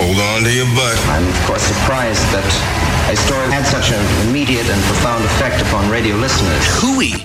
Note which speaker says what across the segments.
Speaker 1: Hold on to your butt.
Speaker 2: I'm, of course, surprised that a story had such an immediate and profound effect upon radio listeners.
Speaker 3: Hooey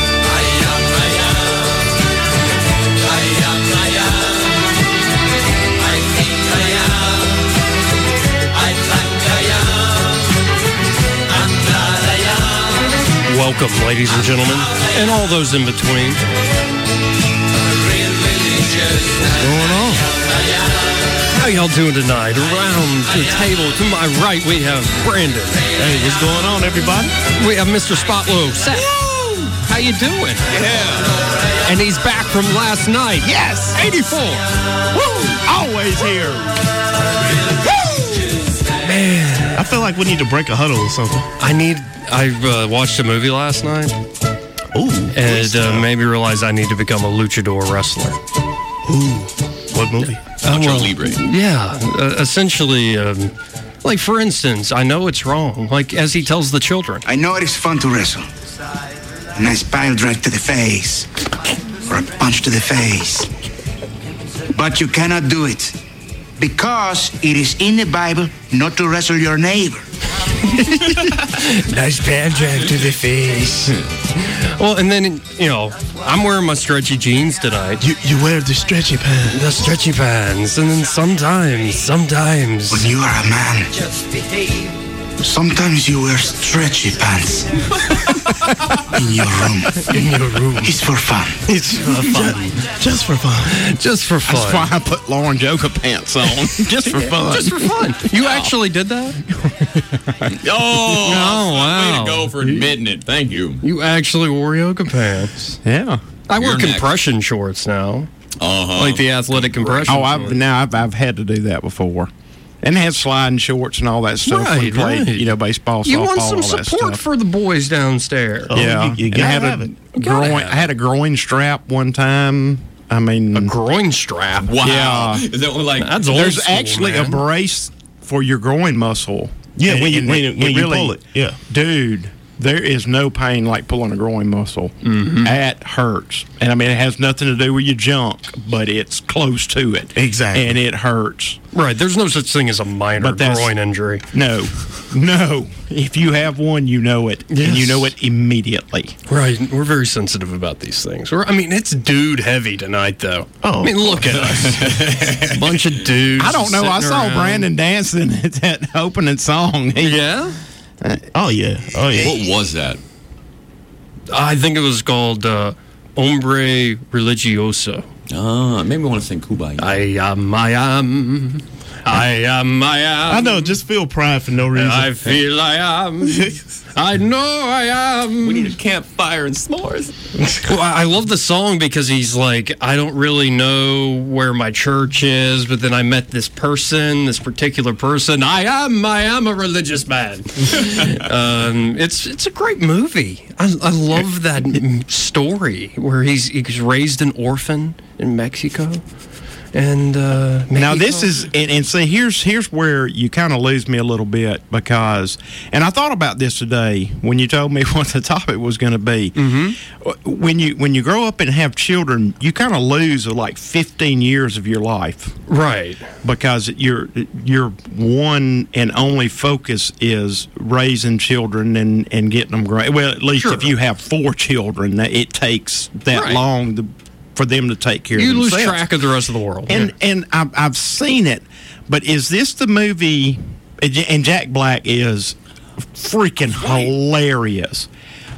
Speaker 4: Welcome, ladies and gentlemen, and all those in between. What's going on? How y'all doing tonight? Around the table to my right, we have Brandon.
Speaker 5: Hey, what's going on, everybody?
Speaker 4: We have Mr. Spotlow. Seth. How you doing?
Speaker 5: Yeah.
Speaker 4: And he's back from last night.
Speaker 5: Yes.
Speaker 4: 84.
Speaker 5: Woo! Always here. Woo! Man. I feel like we need to break a huddle or something.
Speaker 4: I need I uh, watched a movie last night.
Speaker 5: Ooh,
Speaker 4: and uh, made me realize I need to become a luchador wrestler.
Speaker 5: Ooh, what movie?
Speaker 4: Uh,
Speaker 6: Ultra Libre.
Speaker 4: Yeah, uh, essentially. Um, like for instance, I know it's wrong. Like as he tells the children,
Speaker 7: I know it is fun to wrestle. A nice pile drive to the face, or a punch to the face. But you cannot do it because it is in the Bible not to wrestle your neighbor.
Speaker 5: nice bad drive to the face.
Speaker 4: well, and then you know, I'm wearing my stretchy jeans tonight.
Speaker 5: You you wear the stretchy pants.
Speaker 4: The stretchy pants, and then sometimes, sometimes.
Speaker 7: When you are a man, sometimes you wear stretchy pants in your room.
Speaker 5: In your room.
Speaker 7: It's for fun.
Speaker 5: It's for fun. Just, just for fun.
Speaker 4: Just for fun.
Speaker 5: That's why I put Lauren yoga pants on. just for fun.
Speaker 4: Just for fun. You yeah. actually did that.
Speaker 6: oh, oh wow. way to go for admitting it. Thank you.
Speaker 4: You actually wore yoga pants.
Speaker 5: Yeah.
Speaker 4: I You're wear compression next. shorts now.
Speaker 6: Uh-huh.
Speaker 4: Like the athletic compression.
Speaker 5: Oh, I've now I've, I've had to do that before. And had sliding shorts and all that stuff.
Speaker 4: Right,
Speaker 5: we played,
Speaker 4: right.
Speaker 5: you know, baseball,
Speaker 4: You
Speaker 5: softball,
Speaker 4: want some
Speaker 5: all that
Speaker 4: support
Speaker 5: stuff.
Speaker 4: for the boys downstairs.
Speaker 5: Oh, yeah,
Speaker 4: you,
Speaker 5: And I
Speaker 4: gotta
Speaker 5: had
Speaker 4: have
Speaker 5: a
Speaker 4: it. Gotta
Speaker 5: groin.
Speaker 4: have
Speaker 5: I had a groin strap one time. I mean,
Speaker 4: a groin strap.
Speaker 6: Wow.
Speaker 5: Yeah.
Speaker 6: Is that what, like
Speaker 4: That's old
Speaker 5: there's
Speaker 4: school,
Speaker 5: actually
Speaker 4: man.
Speaker 5: a brace for your groin muscle.
Speaker 8: Yeah,
Speaker 5: And-
Speaker 8: when you-
Speaker 5: and
Speaker 8: when- when you pull it, yeah.
Speaker 5: dude, there is no pain like pulling a groin muscle.
Speaker 4: Mm-hmm.
Speaker 5: That hurts, and I mean it has nothing to do with your junk, but it's close to it.
Speaker 8: Exactly.
Speaker 5: and it hurts.
Speaker 4: Right. There's no such thing as a minor
Speaker 5: But that's-
Speaker 4: groin injury.
Speaker 5: No, no. If you have one, you know it, and you
Speaker 4: Yes.
Speaker 5: know it immediately.
Speaker 4: Right. We're very sensitive about these things. We're, I mean, it's dude heavy tonight, though.
Speaker 5: Oh.
Speaker 4: I mean, look at us. Bunch of dudes.
Speaker 5: I don't know. I
Speaker 4: sitting
Speaker 5: saw
Speaker 4: around.
Speaker 5: Brandon dancing at that opening song. He-
Speaker 4: Yeah.
Speaker 8: Oh yeah. Oh yeah.
Speaker 6: What was that?
Speaker 4: I think it was called uh, Hombre Religioso.
Speaker 6: Uh, made me want to sing Kubai.
Speaker 4: I am, I am. I am, I am.
Speaker 8: I know. Just feel pride for no reason.
Speaker 4: I feel I am. I know I am.
Speaker 6: we need a campfire and s'mores.
Speaker 4: Well, I I love the song because he's like, I don't really know where my church is, but then I met this person, this particular person. I am, I am a religious man. um, it's it's a great movie. I, I love that m- story where he's he's raised an orphan in Mexico, and uh,
Speaker 5: Now
Speaker 4: Mexico-
Speaker 5: this is and, and see here's here's where you kind of lose me a little bit because and I thought about this today when you told me what the topic was going to be. Mm-hmm. When you when you grow up and have children, you kind of lose like 15 years of your life
Speaker 4: right.
Speaker 5: because your your one and only focus is raising children and, and getting them great. Well, at least
Speaker 4: Sure.
Speaker 5: if you have four children, that- it takes that
Speaker 4: Right.
Speaker 5: long to, for them to take care
Speaker 4: You
Speaker 5: of
Speaker 4: lose
Speaker 5: themselves.
Speaker 4: track of the rest of the world.
Speaker 5: And and I've, I've seen it, but is this the movie? and J- And Jack Black is freaking hilarious.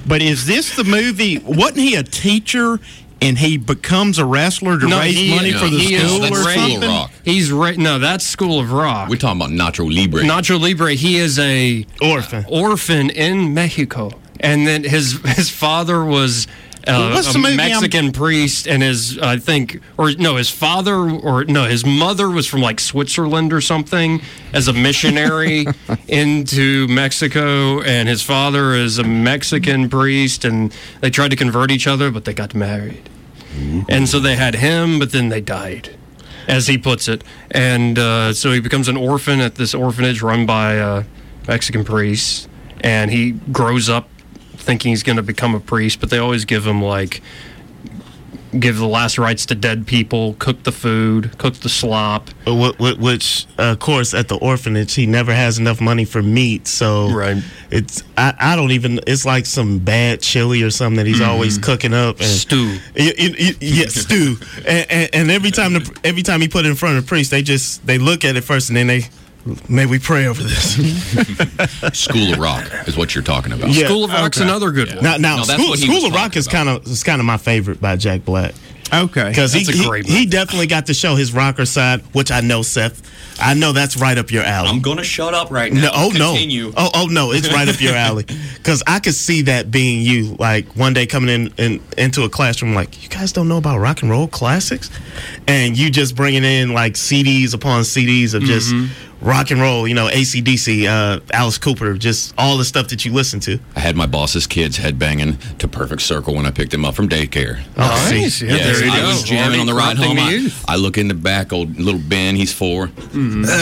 Speaker 5: But is this the movie? Wasn't he a teacher? And he becomes a wrestler to
Speaker 4: No,
Speaker 5: raise
Speaker 4: he-
Speaker 5: money
Speaker 4: no,
Speaker 5: for the
Speaker 4: he is
Speaker 5: school
Speaker 6: that's
Speaker 5: or
Speaker 6: School of
Speaker 5: something.
Speaker 6: Rock.
Speaker 4: he's right. No, that's School of Rock.
Speaker 6: We're talking about Nacho Libre. Oh,
Speaker 4: Nacho Libre, he is a
Speaker 8: Orphan.
Speaker 4: orphan in Mexico, and then his his father was uh,
Speaker 5: What's
Speaker 4: a
Speaker 5: the movie I'm-
Speaker 4: Mexican priest, and his I think or no, his father or no, his mother was from like Switzerland or something as a missionary into Mexico, and his father is a Mexican priest, and they tried to convert each other, but they got married, and so they had him, but then they died. As he puts it, and uh, so he becomes an orphan at this orphanage run by uh, Mexican priests, and he grows up thinking he's going to become a priest, but they always give him like give the last rites to dead people, cook the food, cook the slop.
Speaker 5: But what, what, which, uh, of course, at the orphanage, he never has enough money for meat. So
Speaker 4: Right.
Speaker 5: it's I, I don't even. It's like some bad chili or something that he's always cooking up.
Speaker 9: Mm.
Speaker 5: And,
Speaker 4: Mm-hmm. Stew.
Speaker 5: Y- y- y- yeah, stew. And, and, and every time the every time he put it in front of the priest, they just they look at it first and then they may we pray over this.
Speaker 9: School of Rock is what you're talking about.
Speaker 5: Yeah,
Speaker 4: School of Rock's
Speaker 5: okay.
Speaker 4: another good one.
Speaker 5: Now, now
Speaker 9: No, that's
Speaker 5: School,
Speaker 9: what he
Speaker 5: School
Speaker 9: was
Speaker 5: of Rock
Speaker 9: talking
Speaker 5: is kind of is kind of my favorite by Jack Black.
Speaker 10: Okay,
Speaker 5: Because he,
Speaker 4: That's a
Speaker 5: he,
Speaker 4: great
Speaker 5: he definitely got to show his rocker side, which I know, Seth. I know that's right up your alley.
Speaker 9: I'm gonna shut up right now.
Speaker 5: no, oh
Speaker 9: Continue.
Speaker 5: no, oh oh no, it's right up your alley. Because I could see that being you, like one day coming in, in into a classroom, like you guys don't know about rock and roll classics, and you just bringing in like CDs upon CDs of just
Speaker 9: Mm-hmm.
Speaker 5: rock and roll, you know, ACDC, uh, Alice Cooper, just all the stuff that you listen to.
Speaker 9: I had my boss's kids headbanging to Perfect Circle when I picked them up from daycare.
Speaker 5: Oh, see.
Speaker 4: Nice. Yeah,
Speaker 9: Yes,
Speaker 4: there you
Speaker 9: I
Speaker 4: go.
Speaker 9: was jamming on the ride
Speaker 4: Prompting
Speaker 9: home.
Speaker 4: the
Speaker 9: I,
Speaker 4: youth. Mm-hmm.
Speaker 9: I look in the back, old little Ben, he's 4 Uh,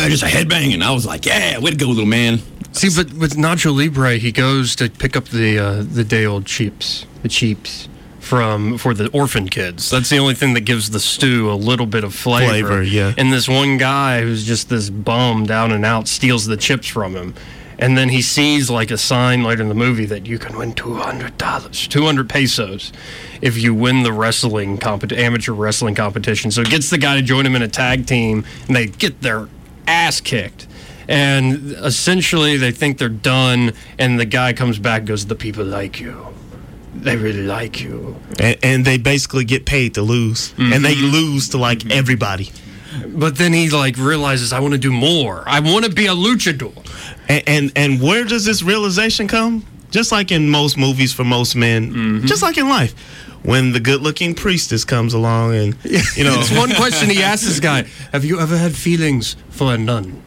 Speaker 9: just a headbanging. I was like, yeah, way to go, little man.
Speaker 4: See, but with Nacho Libre, he goes to pick up the uh, the day old cheeps, the cheeps from for the orphan kids. That's the only thing that gives the stew a little bit of flavor.
Speaker 5: Flavor, yeah.
Speaker 4: And this one guy who's just this bum down and out steals the chips from him. And then he sees like a sign later in the movie that you can win two hundred dollars, two hundred pesos, if you win the wrestling compet- amateur wrestling competition. So he gets the guy to join him in a tag team, and they get their ass kicked. And essentially, they think they're done. And the guy comes back, and goes, "The people like you. They really like you."
Speaker 5: and, and they basically get paid to lose, and they
Speaker 9: Mm-hmm.
Speaker 5: lose to like everybody.
Speaker 4: But then he like realizes, "I want to do more. I want to be a luchador."
Speaker 5: And, and and where does this realization come? Just like in most movies for most men,
Speaker 9: Mm-hmm.
Speaker 5: just like in life, when the good-looking priestess comes along, and you know,
Speaker 4: It's one question he asks this guy: Have you ever had feelings for a nun?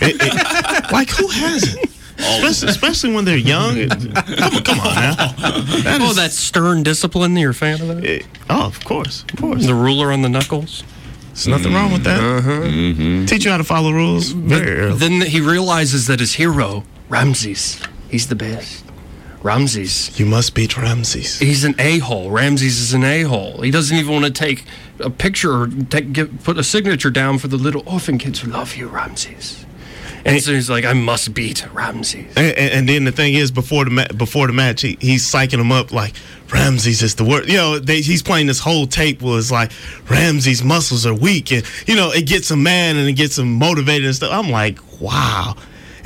Speaker 5: it- it- like who hasn't? Especially, especially when they're young. come, on, come on now. That
Speaker 4: oh,
Speaker 5: is-
Speaker 4: that stern discipline. You're a fan of that?
Speaker 5: eh, oh, of course, of course.
Speaker 4: The ruler on the knuckles.
Speaker 5: There's nothing wrong with that. Teach you how to follow rules Uh-huh. very early.
Speaker 4: Then he realizes that his hero, Ramses, he's the best. Ramses
Speaker 5: you must beat Ramses.
Speaker 4: He's an a hole. Ramses is an a hole. He doesn't even want to take a picture or take, give, put a signature down for the little orphan kids who love you, Ramses. And so he's like, I must beat Ramses.
Speaker 5: And, and, and then the thing is, before the ma- before the match, he, he's psyching him up like Ramses is the worst. You know, they, he's playing this whole tape where it's like Ramses' muscles are weak, and you know it gets him mad and it gets him motivated and stuff. I'm like, wow.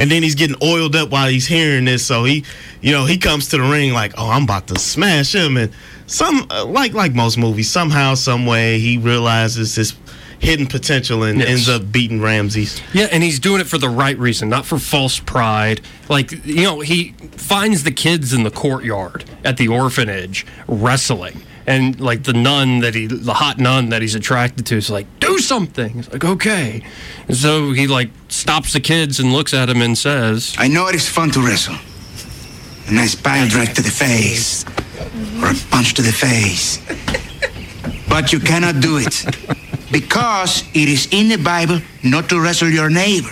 Speaker 5: And then he's getting oiled up while he's hearing this, so he, you know, he comes to the ring like, oh, I'm about to smash him, and some uh, like like most movies, somehow, some way, he realizes his hidden potential and
Speaker 4: Yes.
Speaker 5: ends up beating Ramses.
Speaker 4: Yeah, and he's doing it for the right reason, not for false pride. Like, you know, he finds the kids in the courtyard at the orphanage wrestling. And like the nun that he, the hot nun that he's attracted to is like, do something. He's like, okay. And so he like stops the kids and looks at him and says,
Speaker 7: I know it is fun to wrestle. A nice pile drive to the face, or a punch to the face. But you cannot do it because it is in the Bible not to wrestle your neighbor.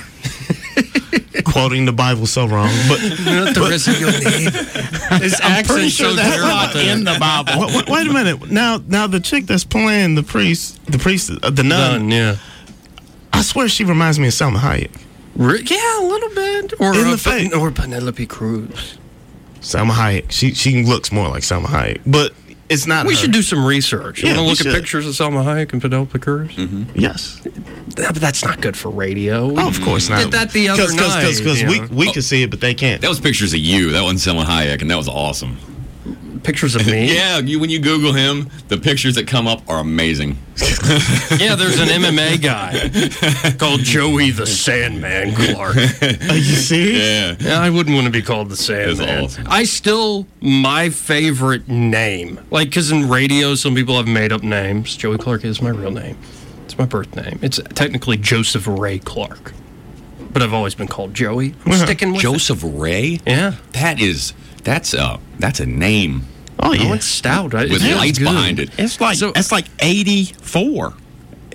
Speaker 5: Quoting the Bible so wrong, but.
Speaker 4: Not the rest of your neighbor. His accent's so terrible there.
Speaker 5: the Bible. wait, wait a minute. Now, now the chick that's playing the priest, the priest, uh, the nun.
Speaker 4: Done, yeah.
Speaker 5: I swear she reminds me of Selma Hayek.
Speaker 4: Re- yeah, a little bit. Or,
Speaker 5: In
Speaker 4: uh,
Speaker 5: the face.
Speaker 4: Pen- or Penelope Cruz.
Speaker 5: Selma Hayek. She she looks more like Selma Hayek, but it's not.
Speaker 4: We
Speaker 5: her.
Speaker 4: should do some research. You
Speaker 5: Yeah,
Speaker 4: want
Speaker 5: we
Speaker 4: to look at
Speaker 5: should.
Speaker 4: pictures of Selma Hayek and Penelope Cruz?
Speaker 5: Yes.
Speaker 4: Mm, That- but that's not good for radio. We
Speaker 5: Oh, of course not.
Speaker 4: Did that the other night.
Speaker 5: Because
Speaker 4: you
Speaker 5: we
Speaker 4: know.
Speaker 5: we can see it, but they can't.
Speaker 9: That was pictures of you. That wasn't Selma Hayek, and that was awesome.
Speaker 4: pictures of me.
Speaker 6: yeah, you, when you Google him, the pictures that come up are amazing.
Speaker 4: yeah, there's an MMA guy called Joey the Sandman Clark.
Speaker 6: you see? Yeah.
Speaker 4: Yeah, I wouldn't want to be called the Sandman. I still my favorite name, like because in radio some people have made up names. Joey Clark is my real name. It's my birth name. It's technically Joseph Ray Clark, but I've always been called Joey. I'm sticking with it.
Speaker 6: Joseph Ray.
Speaker 4: Yeah,
Speaker 6: that is that's a that's a name.
Speaker 4: Oh yeah, it's stout. I-
Speaker 6: with
Speaker 4: it sounds
Speaker 6: lights
Speaker 4: good.
Speaker 6: behind it.
Speaker 5: It's like it's like eighty four.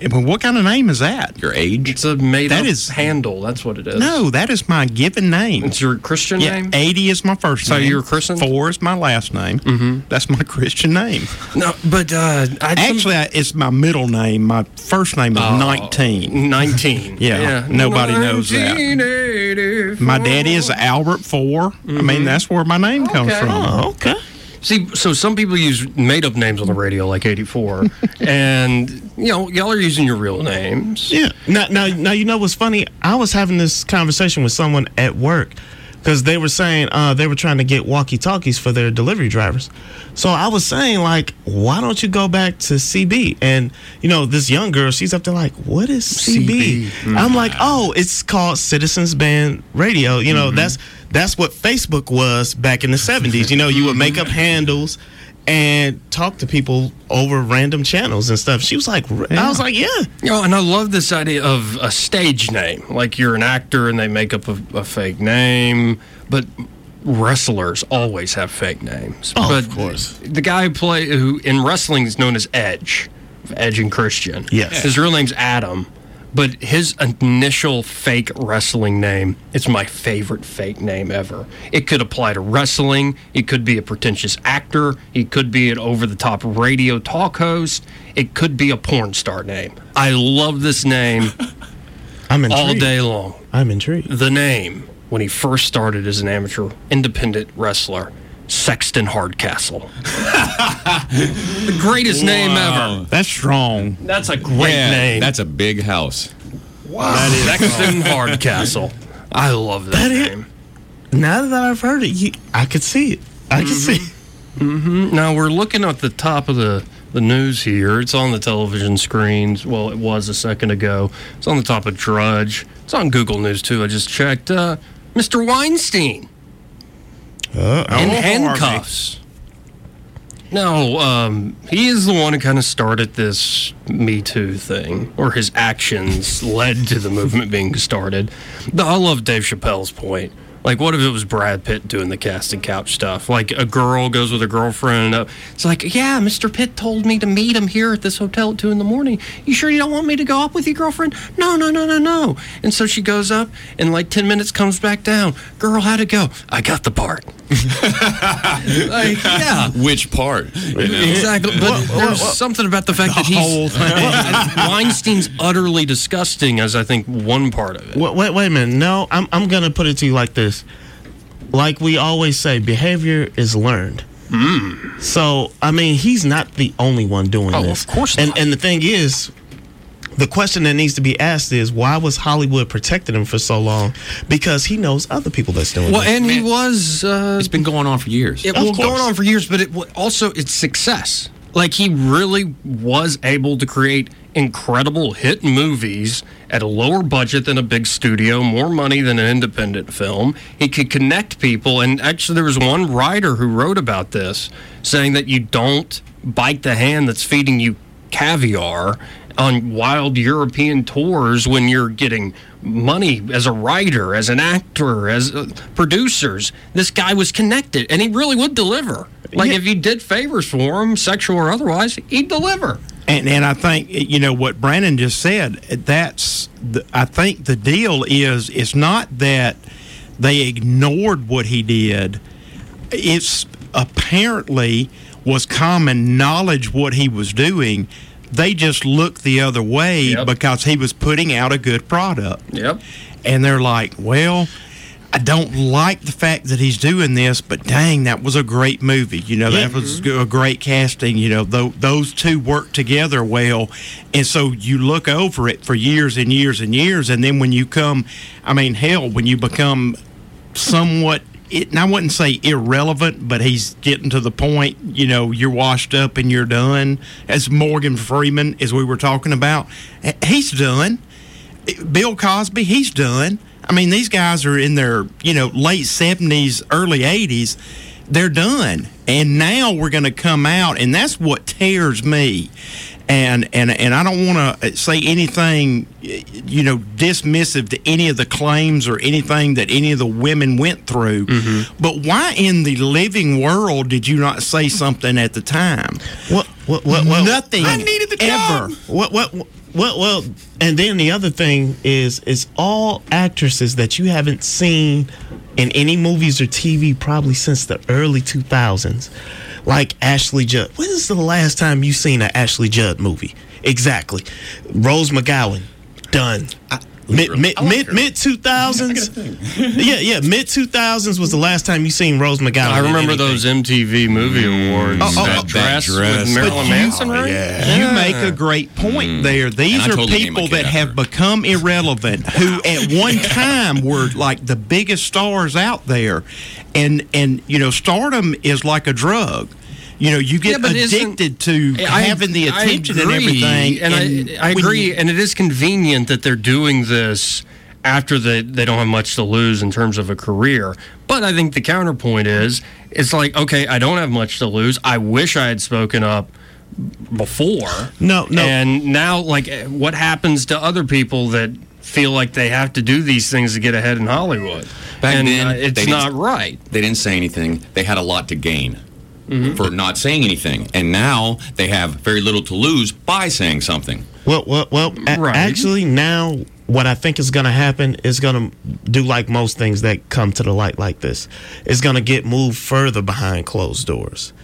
Speaker 5: What kind of name is that?
Speaker 6: Your age?
Speaker 4: It's a made
Speaker 5: That
Speaker 4: up
Speaker 5: is-
Speaker 4: handle. That's what it is.
Speaker 5: No, that is my given name.
Speaker 4: It's your Christian
Speaker 5: yeah,
Speaker 4: name?
Speaker 5: Eighty is my first
Speaker 4: So
Speaker 5: name.
Speaker 4: you were christened?
Speaker 5: Four is my last name. Mm-hmm. That's my Christian name.
Speaker 4: No, but uh, I
Speaker 5: actually I- it's my middle name. My first name
Speaker 4: Oh.
Speaker 5: is Oh. nineteen.
Speaker 4: Nineteen.
Speaker 5: Yeah, nobody knows that.
Speaker 4: 1984.
Speaker 5: My daddy
Speaker 4: Oh.
Speaker 5: is Albert 4 I
Speaker 4: Mm-hmm.
Speaker 5: mean, that's where my name comes from.
Speaker 4: Oh.
Speaker 8: okay.
Speaker 4: See, so some people use made up names on the radio, like 84. and, you know, y'all are using your real names.
Speaker 8: Yeah. Now, now, now, you know what's funny? I was having this conversation with someone at work because they were saying uh, they were trying to get walkie talkies for their delivery drivers. So I was saying, like, why don't you go back to CB? And, you know, this young girl, she's up there like, what is CB?
Speaker 4: Mm-hmm.
Speaker 8: I'm like, oh, it's called Citizens Band Radio. You
Speaker 5: Mm-hmm.
Speaker 8: know, that's that's what Facebook was back in the 70s. You know, you would make up
Speaker 5: Mm-hmm.
Speaker 8: handles. And talk to people over random channels and stuff. She was like, "Re-" I was like, yeah,
Speaker 4: You know, and I love this idea of a stage name. Like you're an actor and they make up a, a fake name, but wrestlers always have fake names.
Speaker 8: Oh,
Speaker 4: but
Speaker 8: of course.
Speaker 4: The guy who play who in wrestling is known as Edge, Edge and Christian.
Speaker 8: Yes.
Speaker 4: his real name's Adam, but his initial fake wrestling name is my favorite fake name ever. It could apply to wrestling. It could be a pretentious actor. It could be an over-the-top radio talk host. It could be a porn star name. I love this name
Speaker 8: I'm intrigued.
Speaker 4: all day long
Speaker 8: I'm intrigued.
Speaker 4: the name when he first started as an amateur independent wrestler, Sexton Hardcastle. the greatest name ever.
Speaker 5: That's strong.
Speaker 4: That's a great
Speaker 6: Yeah,
Speaker 4: name.
Speaker 6: That's a big house.
Speaker 4: Sexton Hardcastle. I love that, name.
Speaker 8: Now that I've heard it, you, I could see it. I could see. It.
Speaker 4: Mm-hmm. Now we're looking at the top of the the news here. It's on the television screens. Well, it was a second ago. It's on the top of Drudge. It's on Google News too. I just checked. Uh, Mr. Weinstein. in
Speaker 5: Oh,
Speaker 4: handcuffs. No, um, he is the one who kind of started this Me Too thing, or his actions led to the movement being started. No, I love Dave Chappelle's point. Like, what if it was Brad Pitt doing the casting couch stuff? Like, a girl goes with a girlfriend. Uh, it's like, yeah, Mr. Pitt told me to meet him here at this hotel at 2 in the morning. You sure you don't want me to go up with your girlfriend? No, no, no, no, no. And so she goes up, and like 10 minutes comes back down. Girl, how'd it go? I got the part. Like, yeah,
Speaker 6: Which part? You know?
Speaker 4: exactly. But there's something about the fact that he's Weinstein's utterly disgusting as I think one part of it.
Speaker 8: Wait, wait, wait a minute. No, I'm I'm gonna put it to you like this. Like we always say, behavior is learned. So I mean, he's not the only one doing
Speaker 4: Mm. Oh,
Speaker 8: this.
Speaker 4: of course
Speaker 8: And
Speaker 4: not.
Speaker 8: and the thing is. The question that needs to be asked is why was Hollywood protecting him for so long? Because he knows other people that's doing
Speaker 4: Well,
Speaker 8: it.
Speaker 4: and he was. Uh,
Speaker 6: It's been going on for years.
Speaker 4: it
Speaker 8: Of
Speaker 4: was going
Speaker 8: course.
Speaker 4: on for years, but it wa- also its success. Like he really was able to create incredible hit movies at a lower budget than a big studio, more money than an independent film. He could connect people, and actually, there was one writer who wrote about this, saying that you don't bite the hand that's feeding you caviar on wild European tours when you're getting money as a writer, as an actor, as uh, producers. This guy was connected, and he really would deliver. Like if you did favors for him, sexual or otherwise, he'd deliver.
Speaker 5: And and I think you know what Brandon just said. That's the, I think the deal is it's not that they ignored what he did. It's apparently was common knowledge what he was doing. They just looked the other way
Speaker 4: Yep.
Speaker 5: because he was putting out a good product.
Speaker 4: Yep.
Speaker 5: And they're like, well, I don't like the fact that he's doing this, but dang, that was a great movie. You know, that was a great casting. You know, tho- those two work together well. And so you look over it for years and years and years. And then when you come, I mean, hell, when you become somewhat it, and I wouldn't say irrelevant, but he's getting to the point. You know, you're washed up and you're done. As Morgan Freeman, as we were talking about, h- he's done. Bill Cosby, he's done. I mean, these guys are in their you know late seventies, early eighties. They're done, and now we're going to come out, and that's what tears me. And and and I don't want to say anything, y- you know, dismissive to any of the claims or anything that any of the women went through.
Speaker 8: Mm-hmm.
Speaker 5: But why in the living world did you not say something at the time?
Speaker 8: What what what, what
Speaker 5: Nothing.
Speaker 8: I needed the
Speaker 5: ever.
Speaker 8: What what what well and then the other thing is is all actresses that you haven't seen in any movies or TV probably since the early 2000s. Like Ashley Judd. When is the last time you seen an Ashley Judd movie? Exactly. Rose McGowan. Done. Mid mid mid mid two thousands, yeah yeah mid two thousands was the last time you seen Rose McGowan.
Speaker 4: I
Speaker 8: in
Speaker 4: remember those MTV movie awards.
Speaker 8: Oh, oh, oh.
Speaker 4: that, dress
Speaker 8: dress.
Speaker 4: with
Speaker 8: But
Speaker 4: Marilyn
Speaker 8: you- Oh,
Speaker 4: Manson, right?
Speaker 5: You make a great point there. These
Speaker 4: And I
Speaker 5: are
Speaker 4: totally named my
Speaker 5: people
Speaker 4: kid
Speaker 5: that have become irrelevant, who at one time were like the biggest stars out there, and and you know stardom is like a drug. You know, you
Speaker 4: Yeah,
Speaker 5: get
Speaker 4: but isn't-
Speaker 5: addicted to
Speaker 4: I-
Speaker 5: having the
Speaker 4: I
Speaker 5: attention and
Speaker 4: agree,
Speaker 5: everything.
Speaker 4: And, I, I
Speaker 5: when
Speaker 4: agree,
Speaker 5: you-
Speaker 4: and it is convenient that they're doing this after they, they don't have much to lose in terms of a career. But I think the counterpoint is it's like, okay, I don't have much to lose. I wish I had spoken up before.
Speaker 8: No, no.
Speaker 4: And now, like, eh, what happens to other people that feel like they have to do these things to get ahead in Hollywood?
Speaker 6: Back
Speaker 4: and
Speaker 6: then,
Speaker 4: uh,
Speaker 6: they
Speaker 4: it's
Speaker 6: didn't-
Speaker 4: not right.
Speaker 6: They didn't say anything. They had a lot to gain for not saying anything, and now they have very little to lose by saying something.
Speaker 8: Well, well, well. a-
Speaker 6: Right.
Speaker 8: Actually, now what I think is going to happen is going to do like most things that come to the light like this. It's going to get moved further behind closed doors.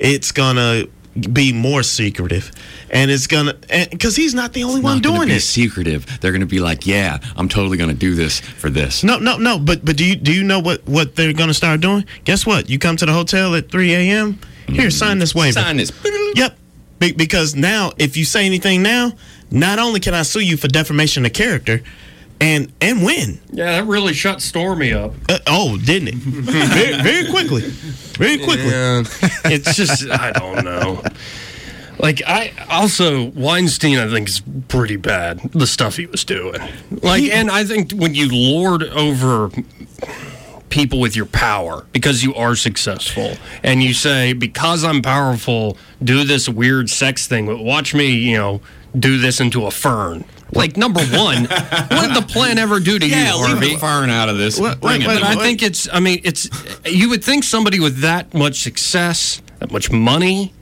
Speaker 8: It's going to be more secretive, and it's going to because he's not the only one
Speaker 6: Not gonna
Speaker 8: doing
Speaker 6: be
Speaker 8: this.
Speaker 6: secretive. They're going to be like, "Yeah, I'm totally going to do this for this."
Speaker 8: No, no, no. But but do you do you know what what they're going to start doing? Guess what? You come to the hotel at 3 a.m. Here, sign this waiver.
Speaker 6: Sign this.
Speaker 8: Yep. Be- because now, if you say anything now, not only can I sue you for defamation of character, and and win.
Speaker 4: Yeah, that really shut Stormy up.
Speaker 8: Uh, oh, didn't it? very, very quickly. Very quickly.
Speaker 4: it's just I don't know. Like I also Weinstein, I think is pretty bad. The stuff he was doing, like, and I think when you lord over people with your power because you are successful, and you say because I'm powerful, do this weird sex thing, but watch me, you know, do this into a fern. Like number one, what did the plan ever do to
Speaker 6: Yeah,
Speaker 4: you,
Speaker 6: leave
Speaker 4: Harvey?
Speaker 6: the fern out of this. Bring it.
Speaker 4: but I think it's. I mean, it's. You would think somebody with that much success, that much money,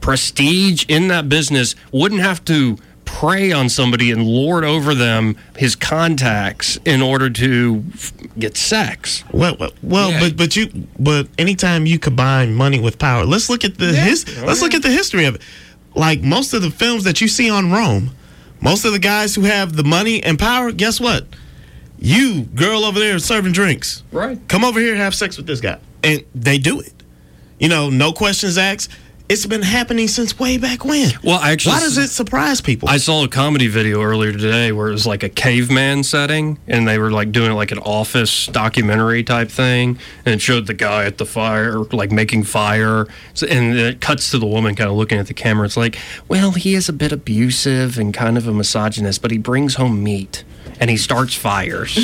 Speaker 4: prestige in that business wouldn't have to prey on somebody and lord over them his contacts in order to f- get sex.
Speaker 8: Well, well, well
Speaker 4: Yeah.
Speaker 8: but but you but anytime you combine money with power, let's look at the his, let's look at the history of it. Like most of the films that you see on Rome, most of the guys who have the money and power, guess what? You girl over there serving drinks,
Speaker 4: Right.
Speaker 8: Come over here and have sex with this guy, and they do it. You know, no questions asked. It's been happening since way back when.
Speaker 4: Well, I actually.
Speaker 8: Why does it surprise people?
Speaker 4: I saw a comedy video earlier today where it was like a caveman setting, and they were like doing like an office documentary type thing, and it showed the guy at the fire, like making fire, so, and then it cuts to the woman kind of looking at the camera. It's like, well, he is a bit abusive and kind of a misogynist, but he brings home meat and he starts fires.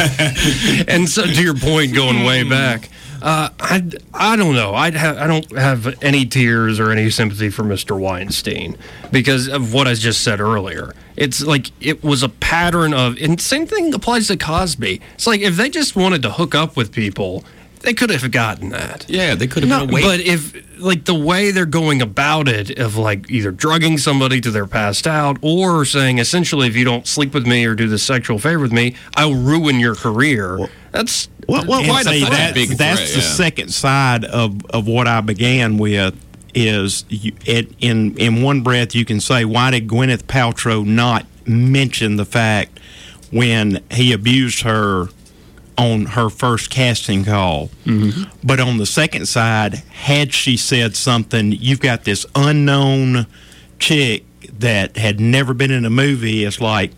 Speaker 4: and so, to your point, going way back. Uh, I, I don't know. I'd ha- I don't have any tears or any sympathy for Mr. Weinstein because of what I just said earlier. It's like it was a pattern of, and same thing applies to Cosby. It's like if they just wanted to hook up with people, they could have gotten that.
Speaker 6: yeah, they could have
Speaker 4: No,
Speaker 6: been awake.
Speaker 4: but if like the way they're going about it of like either drugging somebody to their passed out or saying essentially if you don't sleep with me or do this sexual favor with me, I'll ruin your career. that's
Speaker 8: Well, well,
Speaker 5: And
Speaker 8: why the
Speaker 5: see,
Speaker 8: fuck?
Speaker 5: that's,
Speaker 6: Big threat,
Speaker 5: that's the
Speaker 6: yeah.
Speaker 5: second side of, of what I began with is you, it, in in one breath you can say why did Gwyneth Paltrow not mention the fact when he abused her on her first casting call
Speaker 6: Mm-hmm.
Speaker 5: but on the second side had she said something you've got this unknown chick that had never been in a movie it's like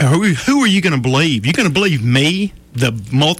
Speaker 5: who, who are you going to believe you going to believe me the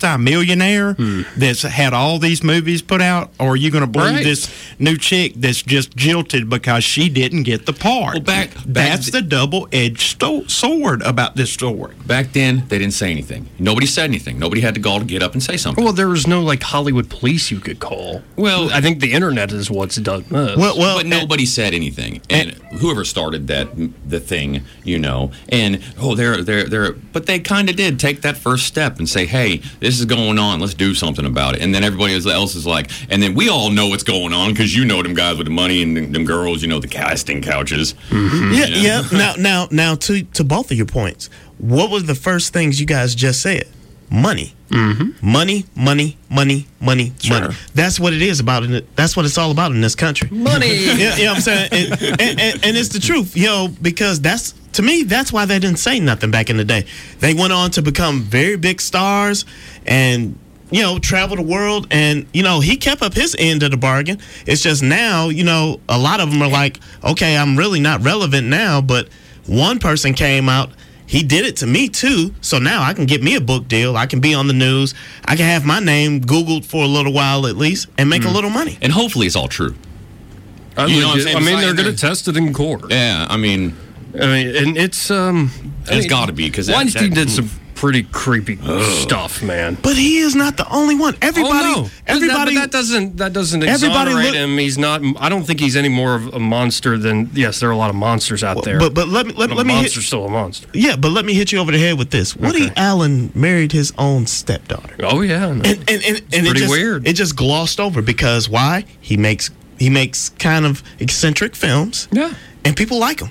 Speaker 5: multi-millionaire that's had all these movies put out, or are you going to blame
Speaker 6: Right.
Speaker 5: this new chick that's just jilted because she didn't get the part? Well, back, that's the double-edged sto- sword about this story.
Speaker 6: Back then, they didn't say anything. Nobody said anything. Nobody had the gall to get up and say something.
Speaker 4: Well, there was no like Hollywood police you could call. Well, I think the internet is what's done. this.
Speaker 6: but nobody said anything, and whoever started that the thing, you know, and oh, they're they're they're, but they kind of did take that first step and say, hey, this is going on, let's do something about it, and then everybody else is like, and then we all know what's going on because you know them guys with the money and them, them girls, you know, the casting couches.
Speaker 8: Yeah,
Speaker 6: you know?
Speaker 8: yeah. Now, now, now, to to both of your points, what was the first things you guys just said? Money, mm-hmm. money, money, money, money, money. That's what it is about. In it. That's what it's all about in this country.
Speaker 4: Money.
Speaker 8: yeah, yeah, I'm saying, and, and, and, and it's the truth, you know, because that's to me that's why they didn't say nothing back in the day. They went on to become very big stars, and you know, travel the world, and you know, he kept up his end of the bargain. It's just now, you know, a lot of them are like, okay, I'm really not relevant now, but one person came out. He did it to me too, so now I can get me a book deal. I can be on the news. I can have my name Googled for a little while at least, and make a little money.
Speaker 6: And hopefully, it's all true.
Speaker 4: I,
Speaker 6: You know what I'm
Speaker 4: legit-
Speaker 6: saying?
Speaker 4: I mean, they're
Speaker 6: Besides
Speaker 4: going to test it in court.
Speaker 6: Yeah, I mean,
Speaker 4: I mean, and it's um, I
Speaker 6: It's
Speaker 4: mean,
Speaker 6: gotta be, 'cause that- that-
Speaker 4: Weinstein
Speaker 6: Mm.
Speaker 4: did some pretty creepy stuff, man.
Speaker 8: But he is not the only one. Everybody,
Speaker 4: Oh, no. But that-
Speaker 8: everybody.
Speaker 4: but that doesn't that doesn't
Speaker 8: Everybody
Speaker 4: exonerate
Speaker 8: look-
Speaker 4: him. He's not. I don't think he's any more of a monster than. Yes, there are a lot of monsters out there.
Speaker 8: but- but let me- let-
Speaker 4: but a
Speaker 8: let me hit-
Speaker 4: Monster's still a monster.
Speaker 8: yeah, but let me hit you over the head with this. Woody Allen married his own stepdaughter.
Speaker 4: Oh yeah, I know.
Speaker 8: and and, and, and it
Speaker 4: pretty
Speaker 8: just,
Speaker 4: weird.
Speaker 8: It just glossed over because why he makes he makes kind of eccentric films.
Speaker 4: Yeah,
Speaker 8: and people like him.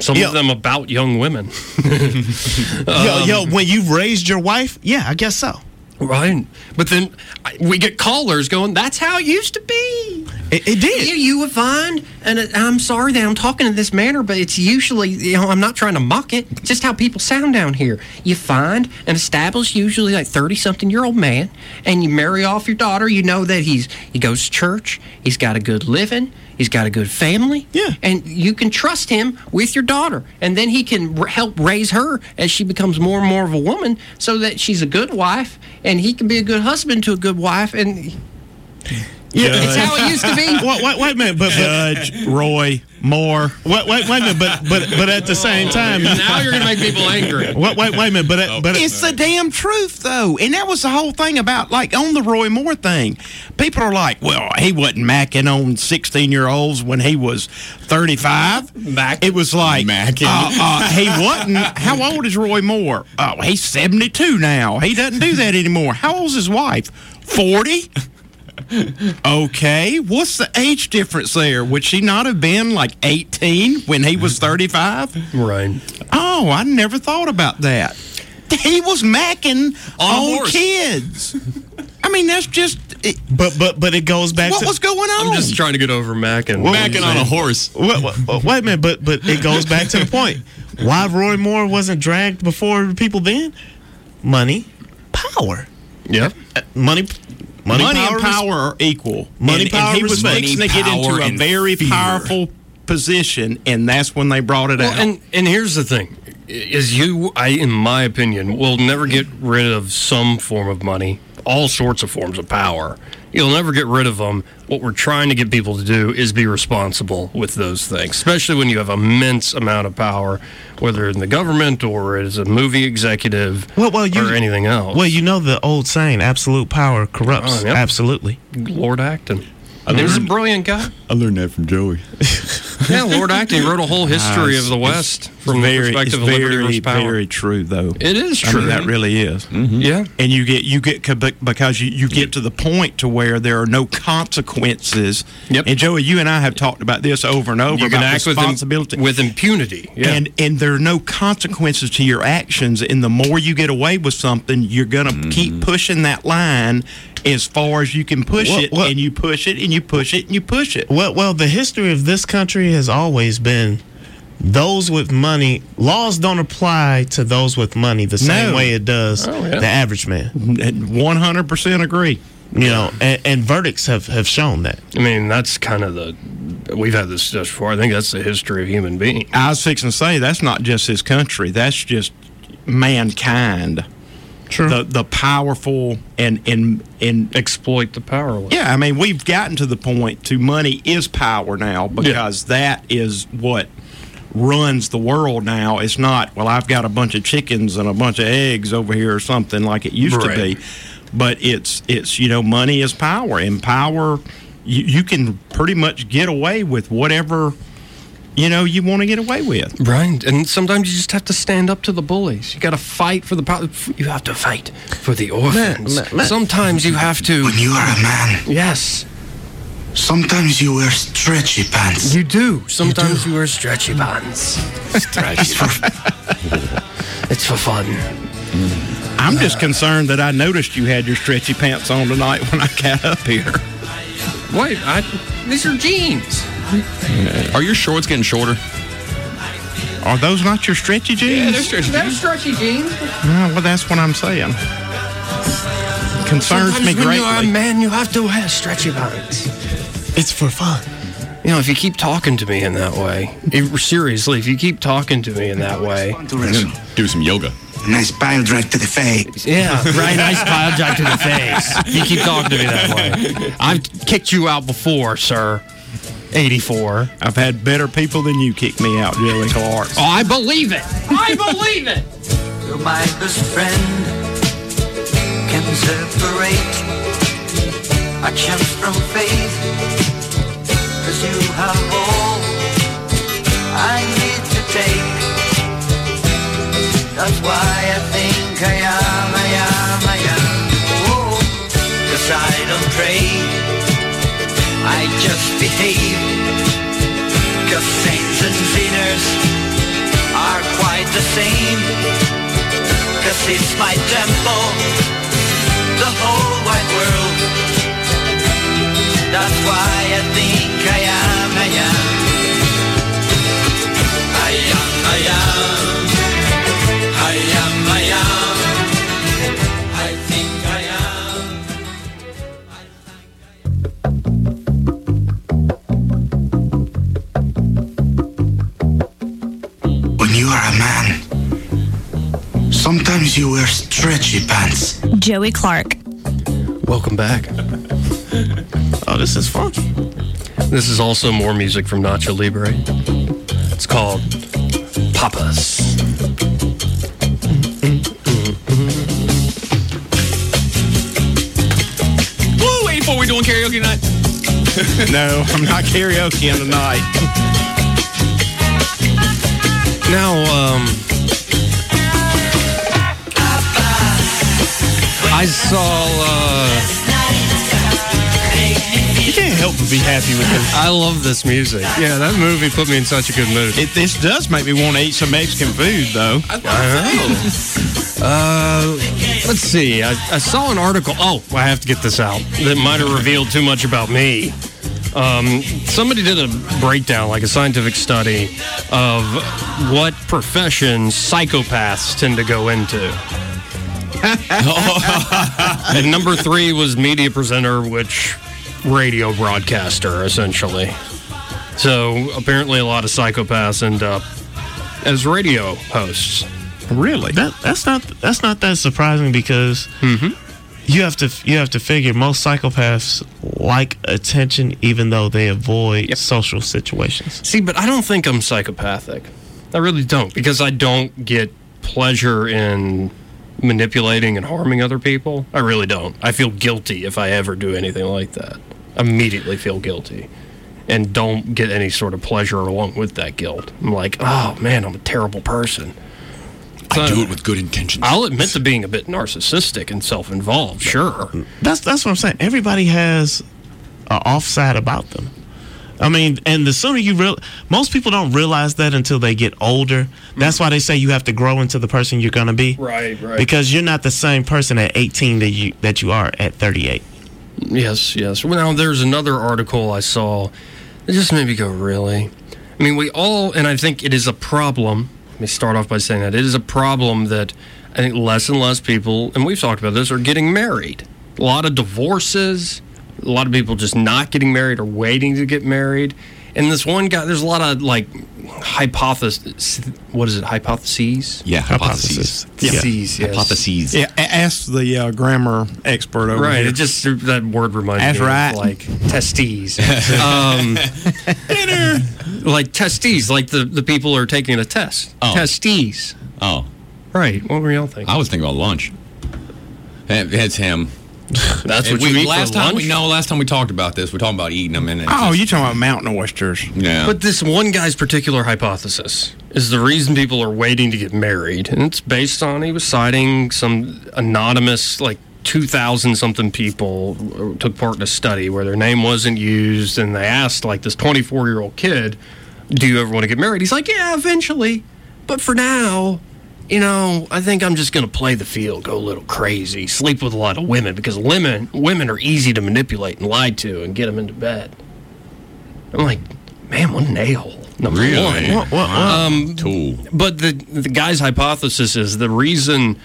Speaker 4: some
Speaker 8: Yeah.
Speaker 4: of them about young women.
Speaker 8: yo, yo, when you've raised your wife, yeah, I guess so.
Speaker 4: Right. But then I- we get callers going, that's how it used to be.
Speaker 8: It, it did.
Speaker 4: You, you would find, and it- I'm sorry that I'm talking in this manner, but it's usually, you know, I'm not trying to mock it, it's just how people sound down here. You find an established, usually like 30 something year old man, and you marry off your daughter. You know that he's he goes to church, he's got a good living, he's got a good family.
Speaker 8: Yeah.
Speaker 4: And you can trust him with your daughter, and then he can r- help raise her as she becomes more and more of a woman, so that she's a good wife, and he can be a good husband to a good wife, and
Speaker 8: Yeah,
Speaker 4: it's how it used to be.
Speaker 8: wait, wait, wait a minute, but, but
Speaker 5: Judge Roy Moore.
Speaker 8: wait, wait, wait a minute, but but but at the same time,
Speaker 4: Now you're gonna make people angry.
Speaker 8: wait, wait, wait a minute, but at, but at-
Speaker 5: It's the damn truth, though. And that was the whole thing about, like, on the Roy Moore thing. People are like, well, he wasn't macking on 16 year olds when he was 35.
Speaker 4: Mac-
Speaker 5: It was like,
Speaker 6: Macking.
Speaker 5: Uh, uh, he wasn't. How old is Roy Moore? Oh, he's 72 now. He doesn't do that anymore. How old's his wife? 40? Okay, what's the age difference there? Would she not have been like 18 when he was 35?
Speaker 4: Right.
Speaker 5: Oh, I never thought about that. He was macking
Speaker 6: On a
Speaker 5: on,
Speaker 6: horse.
Speaker 5: kids. I mean, that's just it,
Speaker 8: but but but it goes back
Speaker 5: what
Speaker 8: to
Speaker 5: was going on.
Speaker 4: I'm just trying to get over Mac and
Speaker 6: Backing on a horse.
Speaker 8: Wait, wait, wait a minute, but but it goes back to the point. Why Roy Moore wasn't dragged before people then? Money, power, Uh,
Speaker 4: Yep.
Speaker 8: money, money,
Speaker 5: money, and
Speaker 8: res-
Speaker 5: power are equal.
Speaker 8: Money,
Speaker 5: and,
Speaker 8: power,
Speaker 5: and he was
Speaker 8: respect.
Speaker 5: fixing to get
Speaker 6: Money,
Speaker 5: into
Speaker 6: power,
Speaker 5: a
Speaker 6: and
Speaker 5: very
Speaker 6: fear.
Speaker 5: powerful position, and that's when they brought it out.
Speaker 4: Well, and and here's the thing: is you, I, in my opinion, will never get rid of some form of money, all sorts of forms of power. You'll never get rid of them. What we're trying to get people to do is be responsible with those things, especially when you have immense amount of power, whether in the government or as a movie executive
Speaker 8: Well, well, you
Speaker 4: or anything else.
Speaker 8: Well, you know the old saying: "Absolute power corrupts."
Speaker 4: Oh, yep.
Speaker 8: Absolutely.
Speaker 4: Lord Acton. He was a brilliant guy.
Speaker 6: I learned that from Joey.
Speaker 4: Yeah, Lord Acton wrote a whole history of the West from the perspective of liberty versus power.
Speaker 5: very true, though.
Speaker 4: It is
Speaker 5: I mean,
Speaker 4: true. Mm-hmm.
Speaker 5: that really is.
Speaker 4: yeah.
Speaker 5: and you get you get because you, you get to the point to where there are no consequences.
Speaker 4: Yep.
Speaker 5: And Joey, you and I have talked about this over and over
Speaker 4: You can
Speaker 5: about
Speaker 4: act with, im-
Speaker 5: responsibility.
Speaker 4: with impunity. Yeah.
Speaker 5: and and there are no consequences to your actions, and the more you get away with something, you're gonna
Speaker 4: Mm-hmm.
Speaker 5: keep pushing that line as far as you can push
Speaker 8: What-
Speaker 5: it,
Speaker 8: what-
Speaker 5: and you push it, and you push it, and you push it.
Speaker 8: Well, well, the history of this country has always been those with money. Laws don't apply to those with money the same
Speaker 5: No.
Speaker 8: way it does
Speaker 4: Oh, yeah.
Speaker 8: the average man.
Speaker 5: One hundred percent agree.
Speaker 8: You know, and, and verdicts have have shown that.
Speaker 4: I mean, that's kind of the. We've had this discussion before. I think that's the history of human beings.
Speaker 5: I was fixing to say that's not just this country. That's just mankind. Sure. The the powerful and and and
Speaker 4: exploit the powerless.
Speaker 5: Yeah, I mean we've gotten to the point to money is power now because that is what runs the world now. It's not well I've got a bunch of chickens and a bunch of eggs over here or something like it used to
Speaker 4: Right.
Speaker 5: be. But it's it's you know money is power and power you, you can pretty much get away with whatever you know you want to get away with.
Speaker 4: Right, and sometimes you just have to stand up to the bullies. You got to fight for the power. You have to fight for the orphans. Sometimes you have to. When
Speaker 7: you are a man.
Speaker 4: Yes.
Speaker 7: Sometimes you wear stretchy pants.
Speaker 4: You do. Sometimes you, wear stretchy pants. Stretchy. it's for fun.
Speaker 5: I'm just concerned that I noticed you had your stretchy pants on tonight when I got up here.
Speaker 4: Wait, I, these are jeans.
Speaker 6: Are your shorts getting shorter?
Speaker 5: Are those not your stretchy jeans?
Speaker 6: Yeah, they're stretchy.
Speaker 4: They're stretchy jeans.
Speaker 5: Ah, well, that's what I'm saying. Concerns
Speaker 4: Sometimes
Speaker 5: me
Speaker 4: when you are a
Speaker 5: greatly.
Speaker 4: man, you have to wear stretchy pants.
Speaker 8: It's for fun.
Speaker 4: You know, if you keep talking to me in that way, if- seriously, if you keep talking to me in that way,
Speaker 6: do some yoga.
Speaker 7: Nice pile drive to the face.
Speaker 4: Yeah, right. Nice pile drive to the face. You keep talking to me that way. I've kicked you out before, sir. 84.
Speaker 5: I've had better people than you kick me out, Jerry Clark.
Speaker 4: Oh, I believe it. I believe it.
Speaker 11: You're my best friend. Can separate a chance from faith. Cause you have all I need to take. That's why I think I am, I am, I am. Oh, cause I don't pray. I just behave. Cause saints and sinners are quite the same. Cause it's my temple, the whole wide world. That's why I think I am, I am. I am, I am. I am, I am. I think I am.
Speaker 7: When you are a man, sometimes you wear stretchy pants.
Speaker 1: Joey Clark.
Speaker 4: Welcome back.
Speaker 8: Oh, this is funky.
Speaker 4: This is also more music from Nacho Libre. It's called Papas.
Speaker 6: Woo! 84, we doing karaoke night?
Speaker 5: no, I'm not karaoke tonight.
Speaker 4: Now, um, I saw. Uh,
Speaker 8: You can't help but be happy with this.
Speaker 4: I love this music. Yeah, that movie put me in such a good mood.
Speaker 5: It, this does make me want to eat some Mexican food, though.
Speaker 4: Uh, let's see. I, I saw an article. Oh, I have to get this out. That might have revealed too much about me. Um, somebody did a breakdown, like a scientific study, of what professions psychopaths tend to go into. and number three was media presenter, which radio broadcaster, essentially. So apparently, a lot of psychopaths end up as radio hosts.
Speaker 5: Really?
Speaker 8: That that's not that's not that surprising because
Speaker 4: Mm-hmm.
Speaker 8: you have to you have to figure most psychopaths like attention even though they avoid social situations.
Speaker 4: See, but I don't think I'm psychopathic. I really don't because I don't get pleasure in manipulating and harming other people. I really don't. I feel guilty if I ever do anything like that. Immediately feel guilty and don't get any sort of pleasure along with that guilt. I'm like, oh man, I'm a terrible person.
Speaker 6: Uh, I do it with good intentions.
Speaker 4: I'll admit to being a bit narcissistic and self involved, sure.
Speaker 8: That's that's what I'm saying. Everybody has an offside about them. I mean, and the sooner you real, most people don't realize that until they get older. That's why they say you have to grow into the person you're gonna be.
Speaker 4: Right, right.
Speaker 8: Because you're not the same person at 18 that you that you are at 38.
Speaker 4: Yes, yes. Well, now there's another article I saw that just made me go, really? I mean, we all, and I think it is a problem. Let me start off by saying that it is a problem that I think less and less people, and we've talked about this, are getting married. A lot of divorces, a lot of people just not getting married or waiting to get married. And this one guy, there's a lot of like hypothesis. What is it? Hypotheses.
Speaker 6: Yeah,
Speaker 5: hypotheses.
Speaker 4: Hypotheses. yes.
Speaker 6: Hypotheses.
Speaker 5: Yeah, a- ask the uh, grammar expert over
Speaker 4: Right.
Speaker 5: here.
Speaker 4: It just that word reminds
Speaker 5: That's
Speaker 4: me
Speaker 5: right.
Speaker 4: of like testes. um, Dinner. Like testes, like the, the people are taking a test.
Speaker 6: Oh.
Speaker 4: Testes.
Speaker 6: Oh,
Speaker 4: Right. What were y'all thinking?
Speaker 6: I was thinking about lunch. That- That's him.
Speaker 4: That's
Speaker 6: And
Speaker 4: what you
Speaker 6: we-
Speaker 4: eat for
Speaker 6: last time
Speaker 4: lunch?
Speaker 6: We, no, last time we talked about this, we're talking about eating them. And it
Speaker 5: Oh,
Speaker 6: just-
Speaker 5: you talking about mountain oysters?
Speaker 6: yeah.
Speaker 4: But this one guy's particular hypothesis is the reason people are waiting to get married, and it's based on he was citing some anonymous like. 2000 something people uh, took part in a study where their name wasn't used and they asked like this 24 year old kid do you ever want to get married he's like yeah eventually but for now you know i think i'm just going to play the field go a little crazy sleep with a lot of women because women women are easy to manipulate and lie to and get them into bed i'm like man what an a-hole number one
Speaker 6: really? What? What?
Speaker 4: um,
Speaker 6: Tool.
Speaker 4: but the the guy's hypothesis is the reason,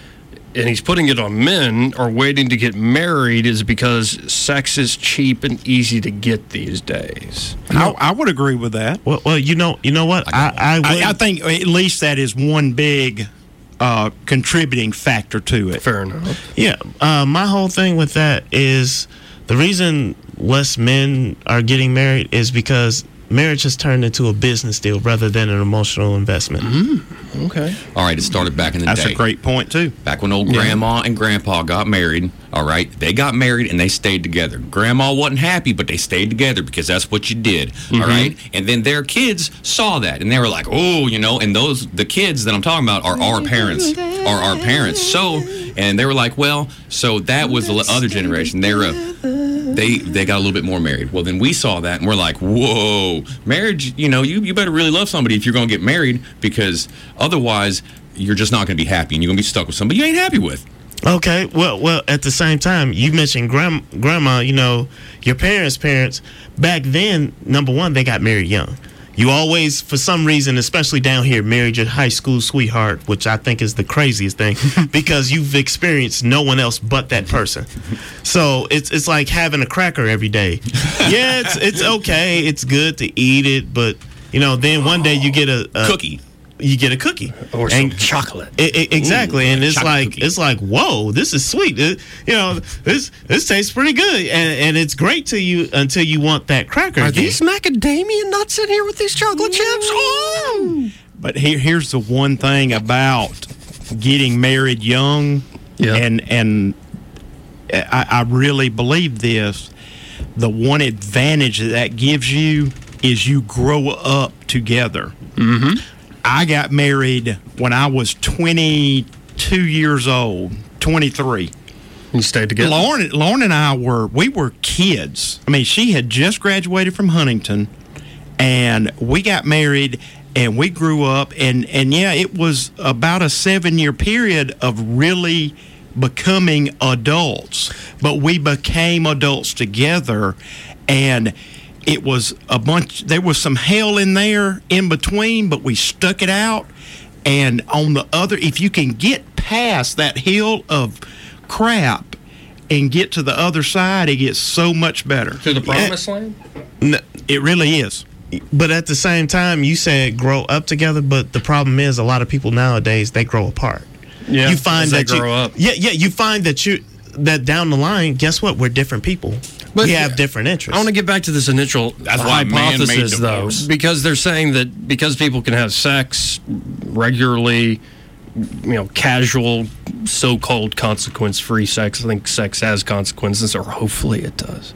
Speaker 4: and he's putting it on men are waiting to get married is because sex is cheap and easy to get these days.
Speaker 5: I, I would agree with that.
Speaker 8: Well, well, you know, you know what? I, I, would,
Speaker 5: I, I think at least that is one big uh, contributing factor to it.
Speaker 4: Fair enough.
Speaker 8: Yeah, uh, my whole thing with that is the reason less men are getting married is because marriage has turned into a business deal rather than an emotional investment.
Speaker 4: Okay.
Speaker 6: All right, it started back in the
Speaker 5: That's
Speaker 6: day.
Speaker 5: a great point too.
Speaker 6: Back when old grandma and grandpa got married, all right, they got married and they stayed together. Grandma wasn't happy, but they stayed together because that's what you did, all
Speaker 8: Mm-hmm.
Speaker 6: right? And then their kids saw that and they were like, oh, you know, and those, the kids that I'm talking about are our parents, are our parents. So, and they were like, well, so that was the other generation. They were, they they got a little bit more married. Well, then we saw that and we're like, whoa, marriage. You know, you you better really love somebody if you're going to get married because otherwise you're just not going to be happy and you're going to be stuck with somebody you ain't happy with.
Speaker 8: Okay. Well, well. At the same time, you mentioned grand, grandma. You know, your parents' parents back then. Number one, they got married young. You always, for some reason, especially down here, married your high school sweetheart, which I think is the craziest thing, because you've experienced no one else but that person. So it's it's like having a cracker every day. Yeah, it's it's okay. It's good to eat it, but you know, then one day you get a, a
Speaker 6: Cookie.
Speaker 8: You get a cookie
Speaker 4: Or some
Speaker 8: And-
Speaker 4: chocolate.
Speaker 8: I- I- exactly,
Speaker 6: Ooh,
Speaker 8: and it's
Speaker 6: chocolate
Speaker 8: like
Speaker 6: cookie.
Speaker 8: it's like whoa, this is sweet. It- you know, this this tastes pretty good, and, and it's great to you until you want that cracker.
Speaker 4: Are
Speaker 8: again.
Speaker 4: these macadamia nuts in here with these chocolate chips? Oh!
Speaker 5: Mm. But here, here's the one thing about getting married young,
Speaker 4: Yeah.
Speaker 5: and and I, I really believe this. The one advantage that that gives you is you grow up together. Mm-hmm. I got married when I was 22 years old, 23.
Speaker 4: You stayed together.
Speaker 5: Lauren, Lauren and I were we were kids. I mean, she had just graduated from Huntington, and we got married, and we grew up, and and yeah, it was about a seven year period of really becoming adults. But we became adults together, and. It was a bunch. There was some hell in there in between, but we stuck it out. And on the other, if you can get past that hill of crap and get to the other side, it gets so much better.
Speaker 4: to the promised land?
Speaker 5: It really is.
Speaker 8: but at the same time, you said grow up together, but the problem is a lot of people nowadays they grow apart.
Speaker 4: Yeah,
Speaker 8: you find
Speaker 4: as they
Speaker 8: that you,
Speaker 4: grow up.
Speaker 8: Yeah, yeah, you find that you that down the line, guess what? We're different people.
Speaker 4: But-
Speaker 8: we have different
Speaker 4: I
Speaker 8: interests.
Speaker 4: want to get back to this initial
Speaker 6: That's why man made
Speaker 4: hypothesis, though,
Speaker 6: divorce.
Speaker 4: because they're saying that because people can have sex regularly, you know, casual, so-called consequence-free sex. I think sex has consequences, or hopefully it does.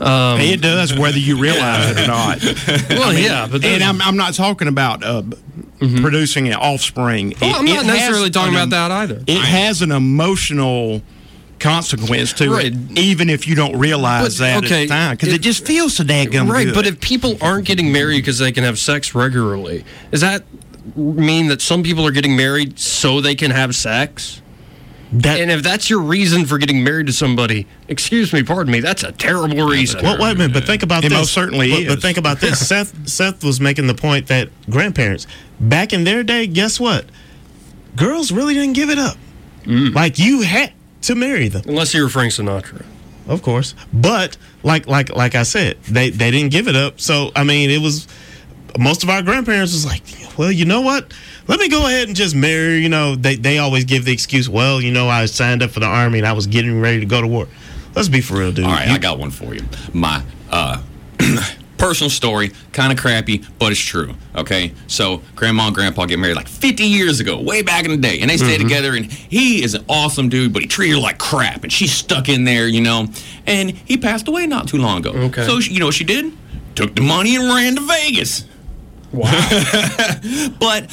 Speaker 5: it does, whether you realize it or not.
Speaker 4: Well, yeah, but
Speaker 5: And I'm, I'm not talking about uh, b- producing an offspring.
Speaker 4: Well, Oh, I'm not
Speaker 5: has
Speaker 4: necessarily talking
Speaker 5: an
Speaker 4: about that either.
Speaker 5: It has an emotional consequence to
Speaker 4: Right.
Speaker 5: it, even if you don't realize
Speaker 4: But,
Speaker 5: that at
Speaker 4: okay,
Speaker 5: the time, because it,
Speaker 4: it-
Speaker 5: just feels so daggum
Speaker 4: right.
Speaker 5: good.
Speaker 4: But if people aren't getting married because they can have sex regularly, does that mean that some people are getting married so they can have sex?
Speaker 8: that,
Speaker 4: And if that's your reason for getting married to somebody, excuse me, pardon me, that's a terrible reason.
Speaker 8: Well, wait a minute, but think about
Speaker 5: It
Speaker 8: this.
Speaker 5: most certainly
Speaker 8: but, But
Speaker 5: is.
Speaker 8: think about this. Seth Seth was making the point that grandparents back in their day, guess what? Girls really didn't give it up.
Speaker 5: Mm.
Speaker 8: Like you had to marry them,
Speaker 4: Unless you're Frank Sinatra.
Speaker 8: of course. But like like like I said, they they didn't give it up. So I mean, it was most of our grandparents was like, well, you know what? Let me go ahead and just marry. You know, they they always give the excuse, well, you know, I signed up for the army and I was getting ready to go to war. Let's be for real, dude.
Speaker 6: All right, I got one for you. My uh, personal story, kind of crappy, but it's true. Okay, so grandma and grandpa get married like 50 years ago, way back in the day, and they stay
Speaker 1: Mhm.
Speaker 6: together. And he is an awesome dude, but he treated her like crap, and she's stuck in there, you know. And he passed away not too long ago. Okay, so she, you know what she did? Took the money and ran to Vegas. Wow. but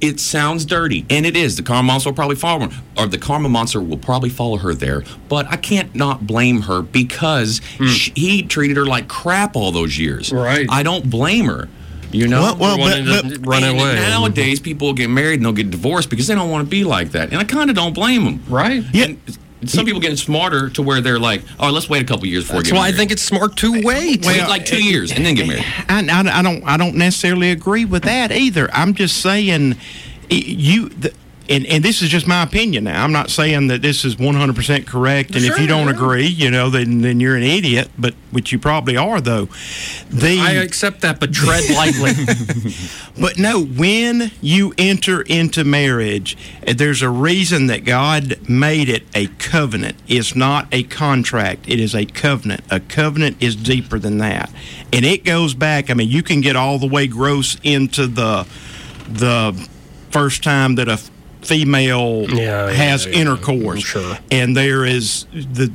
Speaker 6: it sounds dirty, and it is. The karma monster will probably follow her, or the karma monster will probably follow her there. But I can't not blame her because
Speaker 4: Hmm.
Speaker 6: sh he treated her like crap all those years. Right. I don't blame her. You know,
Speaker 4: Well- well, Wanted but- to but- run
Speaker 6: And
Speaker 4: away.
Speaker 6: Nowadays, people get married and they'll get divorced because they don't want to be like that, and I kind of don't blame them. Right. Yeah. some people get smarter to where they're like, "Oh, let's wait a couple years before." we
Speaker 4: That's
Speaker 6: get
Speaker 4: why I
Speaker 6: married."
Speaker 4: think it's smart to wait.
Speaker 6: Wait like two years and then get married.
Speaker 5: I, I, I don't I don't necessarily agree with that either. I'm just saying i- you the, and and this is just my opinion now. I'm not saying that this is 100% correct and if you don't agree, you know, then then you're an idiot, but which you probably are though. The
Speaker 4: I accept that, but tread lightly.
Speaker 5: But no, when you enter into marriage, eh, there's a reason that God made it a covenant. It's not a contract, it is a covenant. A covenant is deeper than that. And it goes back, I mean, you can get all the way gross into the the first time that a f- female
Speaker 4: Yeah, yeah,
Speaker 5: has
Speaker 4: yeah.
Speaker 5: intercourse.
Speaker 4: Sure.
Speaker 5: And there is the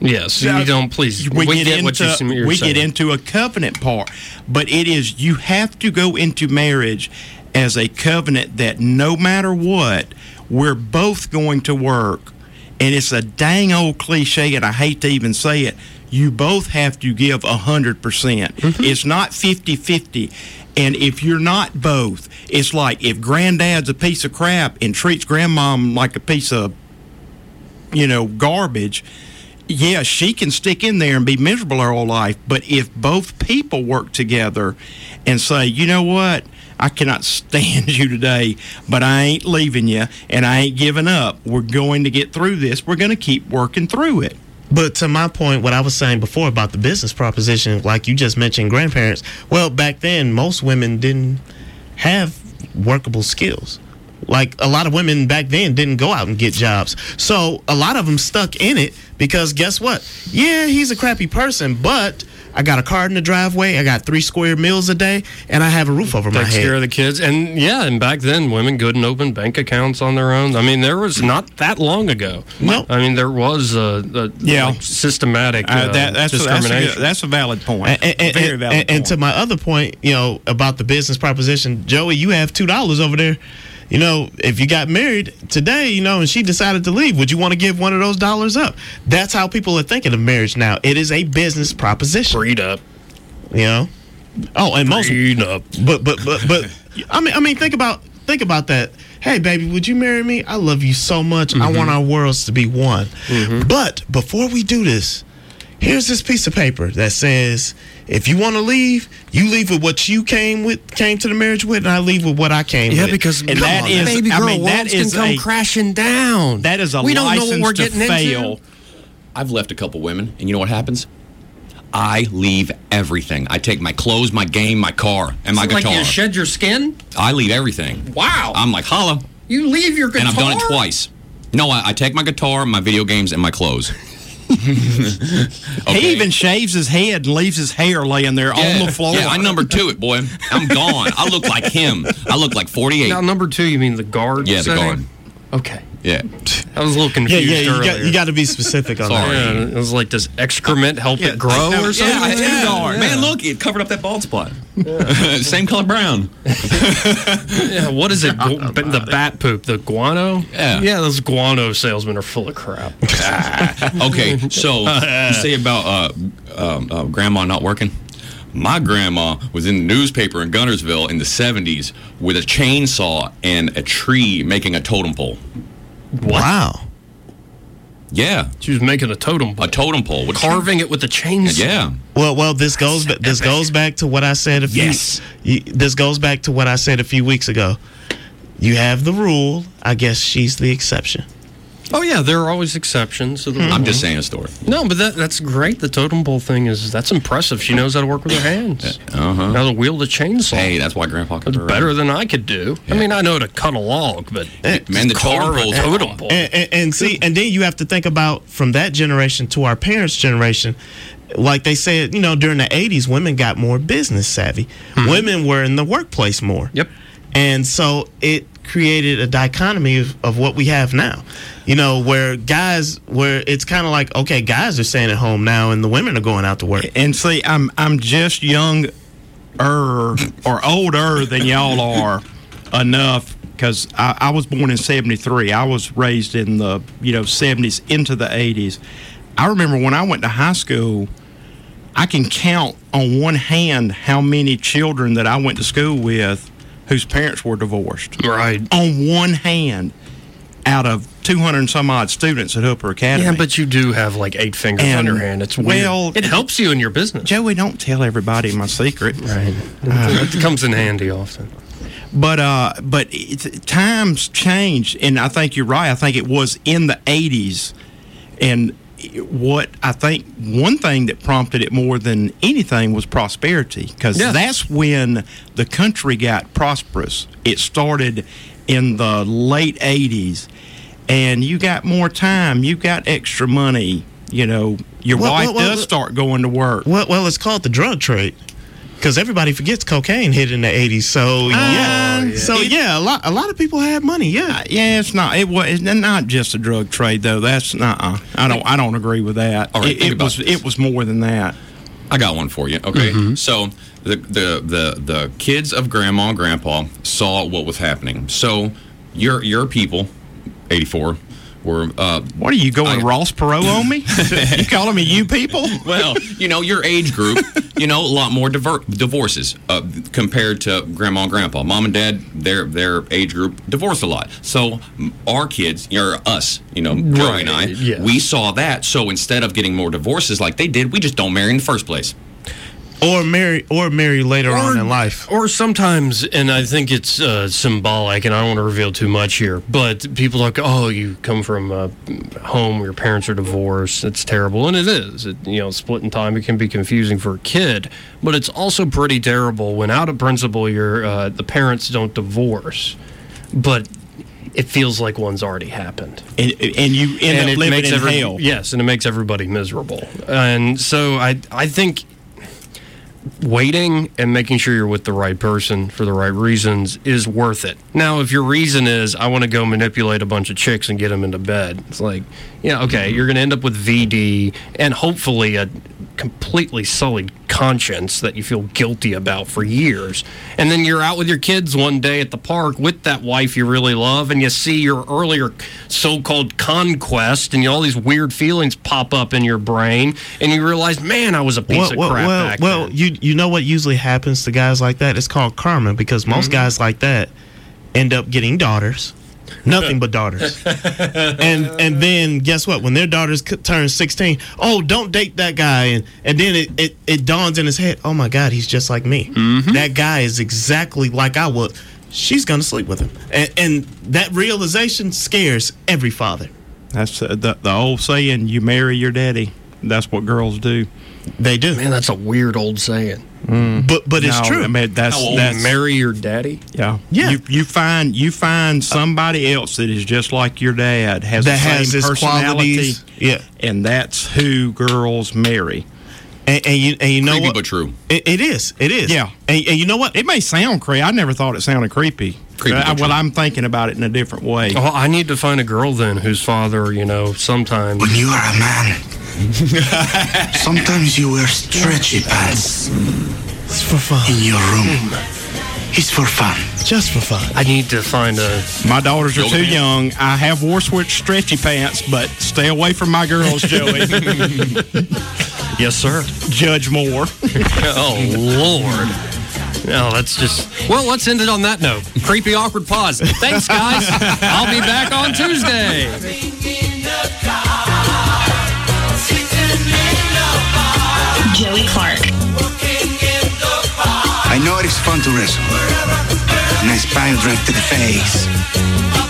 Speaker 4: Yes, you don't- please,
Speaker 5: we,
Speaker 4: we
Speaker 5: get,
Speaker 4: get
Speaker 5: into
Speaker 4: what you- you're
Speaker 5: we
Speaker 4: saying.
Speaker 5: get into a covenant part, but it is you have to go into marriage as a covenant that no matter what, we're both going to work, and it's a dang old cliche, and I hate to even say it. You both have to give a 100%. percent
Speaker 4: Mm-hmm.
Speaker 5: It's not 50 50. And if you're not both, it's like if granddad's a piece of crap and treats grandmom like a piece of you know, garbage. Yeah, she can stick in there and be miserable her whole life, but if both people work together and say, you know what, I cannot stand you today, but I ain't leaving you and I ain't giving up. We're going to get through this. We're going to keep working through it.
Speaker 8: But to my point, what I was saying before about the business proposition, like you just mentioned, grandparents. Well, back then, most women didn't have workable skills. Like a lot of women back then didn't go out and get jobs. So a lot of them stuck in it because guess what? Yeah, he's a crappy person, but I got a car in the driveway, I got three square meals a day, and I have a roof over my
Speaker 4: Takes
Speaker 8: head.
Speaker 4: care of the kids, and yeah, and back then women couldn't open bank accounts on their own. I mean, there was not that long ago. No, I mean there was a, a
Speaker 5: Yeah.
Speaker 4: like, systematic uh,
Speaker 5: Uh, that- that's, a, that's, a,
Speaker 4: discrimination.
Speaker 5: good- that's a valid point.
Speaker 8: And, and- and-
Speaker 5: Very valid
Speaker 8: and- and to my other point, you know, about the business proposition, Joey, you have two dollars over there. You know, if you got married today, you know, and she decided to leave, would you want to give one of those dollars up? That's how people are thinking of marriage now. It is a business proposition.
Speaker 4: Freed up.
Speaker 8: You know? Oh, and most
Speaker 4: Freed up.
Speaker 8: But but but but I mean I mean think about think about that. Hey baby, would you marry me? I love you so much. I
Speaker 4: Mm-hmm.
Speaker 8: want our worlds to be one. But before we do this, here's this piece of paper that says if you want to leave, you leave with what you came with came to the marriage with, and I leave with what I came
Speaker 4: yeah,
Speaker 8: with.
Speaker 4: because
Speaker 8: and
Speaker 4: that is baby girl, worlds can come
Speaker 8: a-
Speaker 4: crashing down.
Speaker 5: That is a
Speaker 4: we don't know what we're
Speaker 6: license
Speaker 4: getting
Speaker 6: to
Speaker 4: into.
Speaker 6: fail. I've left a couple women, and you know what happens? I leave everything. I take my clothes, my game, my car, and my
Speaker 4: Is it
Speaker 6: guitar.
Speaker 4: Like you shed your skin.
Speaker 6: I leave everything.
Speaker 4: Wow.
Speaker 6: I'm like, holla.
Speaker 4: You leave your
Speaker 6: And
Speaker 4: guitar.
Speaker 6: I've done it twice. No, I, I take my guitar, my video games, and my clothes.
Speaker 5: He even shaves his head and leaves his hair laying there on the floor.
Speaker 6: Yeah, I number two it, boy. I'm gone. I look like him. I look like 48.
Speaker 4: Now number two, you mean the guard?
Speaker 6: yeah, the
Speaker 4: setting?
Speaker 6: guard.
Speaker 4: Okay.
Speaker 6: Yeah.
Speaker 4: I was a little
Speaker 8: Yeah,
Speaker 4: confused
Speaker 8: yeah, you
Speaker 4: earlier.
Speaker 8: got, you got to be specific on
Speaker 4: Sorry.
Speaker 8: that.
Speaker 4: Yeah, it was like, does excrement help it grow
Speaker 6: Yeah,
Speaker 4: or something?
Speaker 6: I had a guard.
Speaker 4: Yeah.
Speaker 6: Man, look, it covered up that bald spot. Same color brown.
Speaker 4: Yeah, what is it? Gu- but the bat poop, the guano.
Speaker 6: Yeah.
Speaker 4: yeah, those guano salesmen are full of crap.
Speaker 6: okay, so you say about uh, um, uh, grandma not working. My grandma was in the newspaper in Gunnersville in the 70s with a chainsaw and a tree making a totem pole.
Speaker 8: Wow.
Speaker 6: Yeah.
Speaker 4: She was making a totem pole.
Speaker 6: A totem pole. Which
Speaker 4: Carving it with a chainsaw.
Speaker 6: Yeah.
Speaker 8: Well, well, this goes ba- this goes back to what I said a few.
Speaker 6: Yes.
Speaker 8: You, this goes back to what I said a few weeks ago. You have the rule. I guess she's the exception.
Speaker 4: Oh yeah, there are always exceptions. to the
Speaker 6: I'm
Speaker 4: rule.
Speaker 6: just saying a story.
Speaker 4: No, but that, that's great. The totem pole thing is that's impressive. She knows how to work with her hands.
Speaker 6: Uh huh.
Speaker 4: Now to wield a chainsaw.
Speaker 6: Hey, that's why Grandpa could
Speaker 4: That's better than I could do. I mean, I know to cut a log, but
Speaker 6: man, the totem
Speaker 4: carve a
Speaker 6: pole's
Speaker 4: totem pole.
Speaker 8: And, and, and see, and then you have to think about from that generation to our parents' generation. Like they said, you know, during the '80s, women got more business savvy. Women were in the workplace more. Hmm. Yep. And so it created a dichotomy of, of what we have now. You know, where guys, where it's kind of like, okay, guys are staying at home now, and the women are going out to work.
Speaker 5: And see, I'm I'm just young er or older than y'all are enough because I, I was born in 73 i was raised in the you know 70s into the 80s i remember when i went to high school i can count on one hand how many children that i went to school with whose parents were divorced
Speaker 4: right
Speaker 5: on one hand out of 200 and some odd students at hooper academy
Speaker 4: Yeah, but you do have like eight fingers
Speaker 5: And-
Speaker 4: on your hand. It's weird.
Speaker 5: well,
Speaker 4: it helps you in your business.
Speaker 5: Joey, don't tell everybody my secret.
Speaker 4: Right. it comes in handy often.
Speaker 5: But uh, but it, times changed, and I think you're right. I think it was in the '80s, and what I think one thing that prompted it more than anything was prosperity, because
Speaker 1: Yeah.
Speaker 5: that's when the country got prosperous. It started in the late '80s, and you got more time, you got extra money. You know, your
Speaker 8: Well,
Speaker 5: wife
Speaker 8: well, well,
Speaker 5: does
Speaker 8: well-
Speaker 5: start going to work.
Speaker 8: Well, well, it's called the drug trade because everybody forgets cocaine hit in the '80s. So Oh, yeah, so yeah, a lot a lot of people had money. Yeah,
Speaker 5: Uh, yeah, it's not it was it's not just a drug trade though. That's not. uh I don't I don't agree with that.
Speaker 6: All right,
Speaker 5: it,
Speaker 6: think
Speaker 5: it
Speaker 6: about
Speaker 5: was it was more than that.
Speaker 6: I got one for you. Okay, so the, the the the kids of grandma and grandpa saw what was happening. So your your people, eighty four, were. Uh,
Speaker 5: what are you going Ross Perot on me? you calling me you people?
Speaker 6: well, you know your age group. You know a lot more diver- divorces uh, compared to grandma and grandpa. Mom and dad, their their age group divorced a lot. So m- our kids, or us, you know, Joey and I,
Speaker 4: Right, yeah.
Speaker 6: we saw that. So instead of getting more divorces like they did, we just don't marry in the first place.
Speaker 8: or marry or marry later on in life.
Speaker 4: Or sometimes, and I think it's uh, symbolic, and I don't want to reveal too much here, but people like, oh, you come from a home where your parents are divorced. It's terrible. And it is. It, you know, split in time, it can be confusing for a kid, but it's also pretty terrible when, out of principle, your uh, the parents don't divorce, but it feels like one's already happened.
Speaker 5: And, and you end up
Speaker 4: it
Speaker 5: living
Speaker 4: makes
Speaker 5: in
Speaker 4: every-
Speaker 5: hell.
Speaker 4: Yes, and it makes everybody miserable. And so I, I think waiting and making sure you're with the right person for the right reasons is worth it. Now, if your reason is I want to go manipulate a bunch of chicks and get them into bed, it's like, yeah, okay, you're going to end up with VD and hopefully a completely sullied conscience that you feel guilty about for years. And then you're out with your kids one day at the park with that wife you really love and you see your earlier so-called conquest and you, all these weird feelings pop up in your brain and you realize, man, I was a piece of crap
Speaker 8: well,
Speaker 4: back
Speaker 8: well you you know what usually happens to guys like that? It's called karma because most guys like that end up getting daughters, nothing but daughters. and and then guess what? When their daughters c- turn sixteen, oh, don't date that guy. And and then it it, it dawns in his head, oh my God, he's just like me. That guy is exactly like I would. She's gonna sleep with him, and, and that realization scares every father.
Speaker 5: That's uh, the the old saying: you marry your daddy. That's what girls do.
Speaker 8: They do. Man,
Speaker 4: that's a weird old saying.
Speaker 8: But but it's
Speaker 5: No,
Speaker 8: true.
Speaker 5: I mean, that's that's
Speaker 4: marry your daddy.
Speaker 5: Yeah, yeah. You, you find you find somebody else that is just like your dad has
Speaker 8: That
Speaker 5: the same
Speaker 8: has his
Speaker 5: personality.
Speaker 8: qualities. Yeah,
Speaker 5: and that's who girls marry.
Speaker 8: And, and you and you know
Speaker 5: Creepy
Speaker 8: what?
Speaker 5: but
Speaker 6: true.
Speaker 8: It, it is. It is.
Speaker 5: Yeah.
Speaker 8: And, and you know what?
Speaker 5: It may sound creepy. I never thought it sounded creepy. Uh-huh.
Speaker 4: Creepy
Speaker 5: Uh,
Speaker 4: but
Speaker 5: well, I'm thinking about it in a different way.
Speaker 4: Oh, I need to find a girl then whose father, you know, sometimes. When
Speaker 7: you are a man. Sometimes you wear stretchy pants.
Speaker 8: It's for fun.
Speaker 7: In your room. It's for fun.
Speaker 8: Just for fun.
Speaker 4: I need to find a.
Speaker 5: My daughters are
Speaker 4: Yoga
Speaker 5: too
Speaker 4: pants?
Speaker 5: young. I have war switch stretchy pants, but stay away from my girls, Joey.
Speaker 4: yes, sir.
Speaker 5: Judge Moore.
Speaker 4: oh, Lord. No, that's just. Well, let's end it on that note. Creepy, awkward pause. Thanks, guys. I'll be back on Tuesday.
Speaker 7: Joey Clark. I know it is fun to wrestle. Nice pile drive to the face.